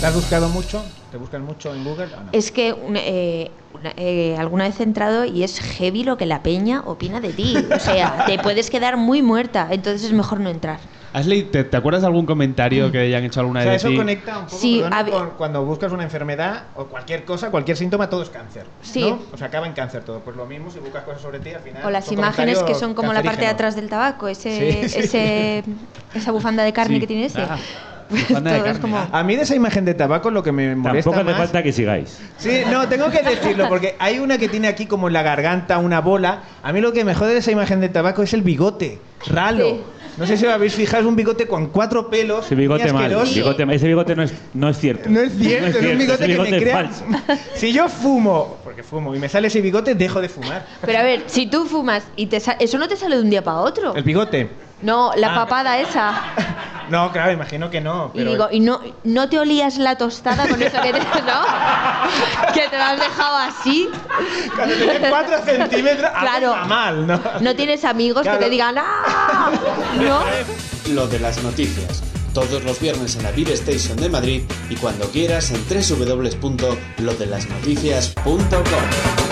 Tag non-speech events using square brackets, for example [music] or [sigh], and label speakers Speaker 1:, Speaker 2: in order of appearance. Speaker 1: ¿La has buscado mucho? ¿Te buscan mucho en Google? o no?
Speaker 2: Es que una- eh, una- eh, alguna vez he entrado y es heavy lo que la peña opina de ti. O sea, te puedes quedar muy muerta, entonces es mejor no entrar.
Speaker 3: Ashley, ¿te, te acuerdas de algún
Speaker 4: Mm.
Speaker 3: comentario que hayan hecho alguna
Speaker 1: O sea,
Speaker 3: vez?
Speaker 1: eso
Speaker 3: de ti?
Speaker 1: conecta un poco
Speaker 2: Sí,
Speaker 1: perdona,
Speaker 2: hab-
Speaker 1: con cuando buscas una enfermedad o cualquier cosa, cualquier síntoma, todo es cáncer.
Speaker 2: Sí.
Speaker 1: ¿no? O sea, acaba en cáncer todo. Pues lo mismo si buscas cosas sobre ti, al final.
Speaker 2: O las
Speaker 1: son
Speaker 2: imágenes que
Speaker 1: comentarios
Speaker 2: son como la parte de
Speaker 1: cancerígenos.
Speaker 2: atrás del tabaco, ese,
Speaker 1: Sí, sí. [laughs]
Speaker 2: ese- esa bufanda de carne
Speaker 3: Sí.
Speaker 2: que tiene ese. [laughs]
Speaker 3: Ah,
Speaker 2: Pues
Speaker 3: bufanda de
Speaker 2: todo es
Speaker 3: carne,
Speaker 2: como-
Speaker 3: ah.
Speaker 1: A mí de esa imagen de tabaco lo que me molesta
Speaker 5: Tampoco hace
Speaker 1: más-
Speaker 5: falta que sigáis.
Speaker 1: Sí, no, tengo que decirlo porque hay una que tiene aquí como en la garganta una bola. A mí lo que me jode de esa imagen de tabaco es el bigote, ralo.
Speaker 2: Sí.
Speaker 1: No sé si lo habéis fijado, es un bigote con cuatro pelos.
Speaker 5: Ese bigote
Speaker 1: muy
Speaker 5: mal.
Speaker 1: asqueroso.
Speaker 5: bigote mal. ese bigote no es, no es cierto.
Speaker 1: No es cierto, es, un bigote,
Speaker 5: ese
Speaker 1: que me
Speaker 5: es
Speaker 1: crea.
Speaker 5: falso.
Speaker 1: [laughs] Si yo fumo, porque fumo, y me sale ese bigote, dejo de fumar.
Speaker 2: Pero a ver, si tú fumas y te sa- eso no te sale de un día para otro.
Speaker 1: El bigote. [laughs]
Speaker 2: No, la
Speaker 1: Ah.
Speaker 2: papada esa.
Speaker 1: No, claro, imagino que no.
Speaker 2: Y
Speaker 1: pero-
Speaker 2: digo, y no, no te olías la tostada con eso que te, ¿no?
Speaker 1: [laughs]
Speaker 2: que te lo has dejado así.
Speaker 1: Cuando tiene 4 centímetros,
Speaker 2: [laughs] Claro.
Speaker 1: claro. mal, ¿no?
Speaker 2: No tienes amigos que
Speaker 1: Claro.
Speaker 2: te digan, ¡ah! ¿No?
Speaker 4: Lo de las noticias. Todos los viernes en la Beer Station de Madrid y cuando quieras en www.lodelasnoticias.com.